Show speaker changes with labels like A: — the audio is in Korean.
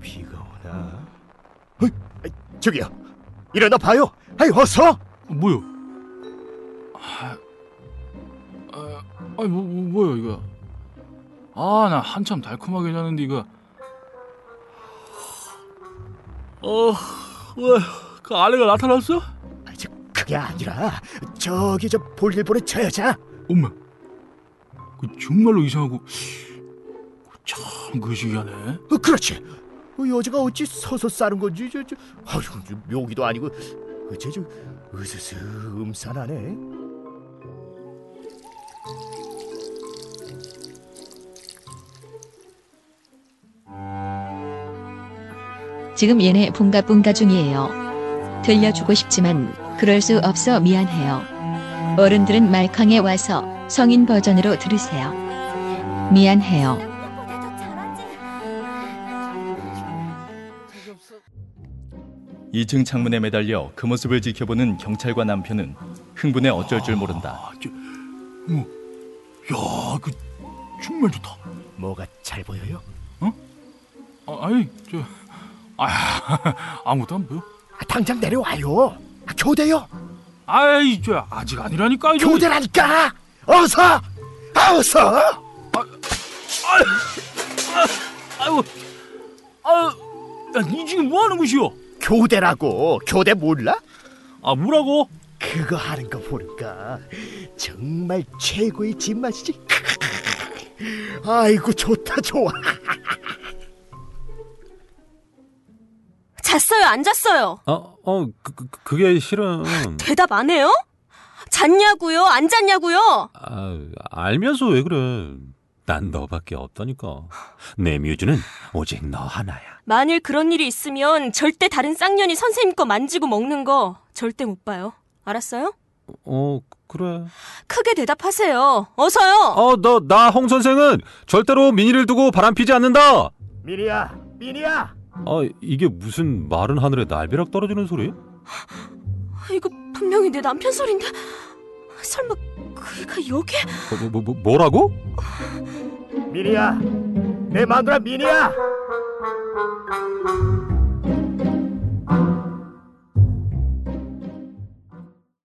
A: 비가 오나?
B: 저기요 일어나 봐요 아이 어서
C: 뭐요? 아, 아, 아니 뭐, 뭐 뭐야 이거? 아 나 한참 달콤하게 자는데 이거. 어, 왜? 그 아내가 나타났어?
B: 아이, 저, 그게 아니라 저기 저 볼일 보는 저 여자
C: 엄마, 그 정말로 이상하고 참 그시기하네.
B: 어, 그렇지 어, 여자가 어찌 서서 싸는 건지 저, 저, 아유 저 묘기도 아니고 어째 저 으스스 음산하네
D: 지금 얘네 붕가붕가 중이에요. 들려주고 싶지만 그럴 수 없어 미안해요. 어른들은 말캉에 와서 성인 버전으로 들으세요. 미안해요.
E: 생각보다 더 잘하지.
F: 2층 창문에 매달려 그 모습을 지켜보는 경찰과 남편은 흥분에 어쩔 줄 모른다.
C: 아, 저, 뭐, 야, 그 정말 좋다.
B: 뭐가 잘 보여요?
C: 아, 아니 저, 아, 아무도 안 보여.
B: 아, 당장 내려와요 아, 교대요
C: 아이 저 아직 아니라니까 이거.
B: 교대라니까 어서 아, 어서
C: 아이고, 아유, 야, 니 지금 뭐 하는 것이오?
B: 교대라고 교대 몰라?
C: 아, 뭐라고?
B: 그거 하는 거 보니까 정말 최고의 집맛이지. 아이고 좋다 좋아.
E: 잤어요, 안 잤어요?
G: 아, 어, 그, 그, 그게 실은,
E: 대답 안 해요? 잤냐고요? 안 잤냐고요?
G: 아, 알면서 왜 그래. 난 너밖에 없다니까. 내 뮤즈는 오직 너 하나야.
E: 만일 그런 일이 있으면 절대 다른 쌍년이 선생님 거 만지고 먹는 거 절대 못 봐요. 알았어요?
G: 어, 그래.
E: 크게 대답하세요. 어서요.
G: 어, 너, 나, 홍 선생은 절대로 민희를 두고 바람피지 않는다!
B: 미니야 미니야.
G: 아, 이게 무슨 마른 하늘에 날벼락 떨어지는 소리?
E: 이거 분명히 내 남편 소린데. 설마 그이가 여기?
G: 어, 뭐, 뭐, 뭐, 뭐라고?
B: 미니야 내 마누라 미니야.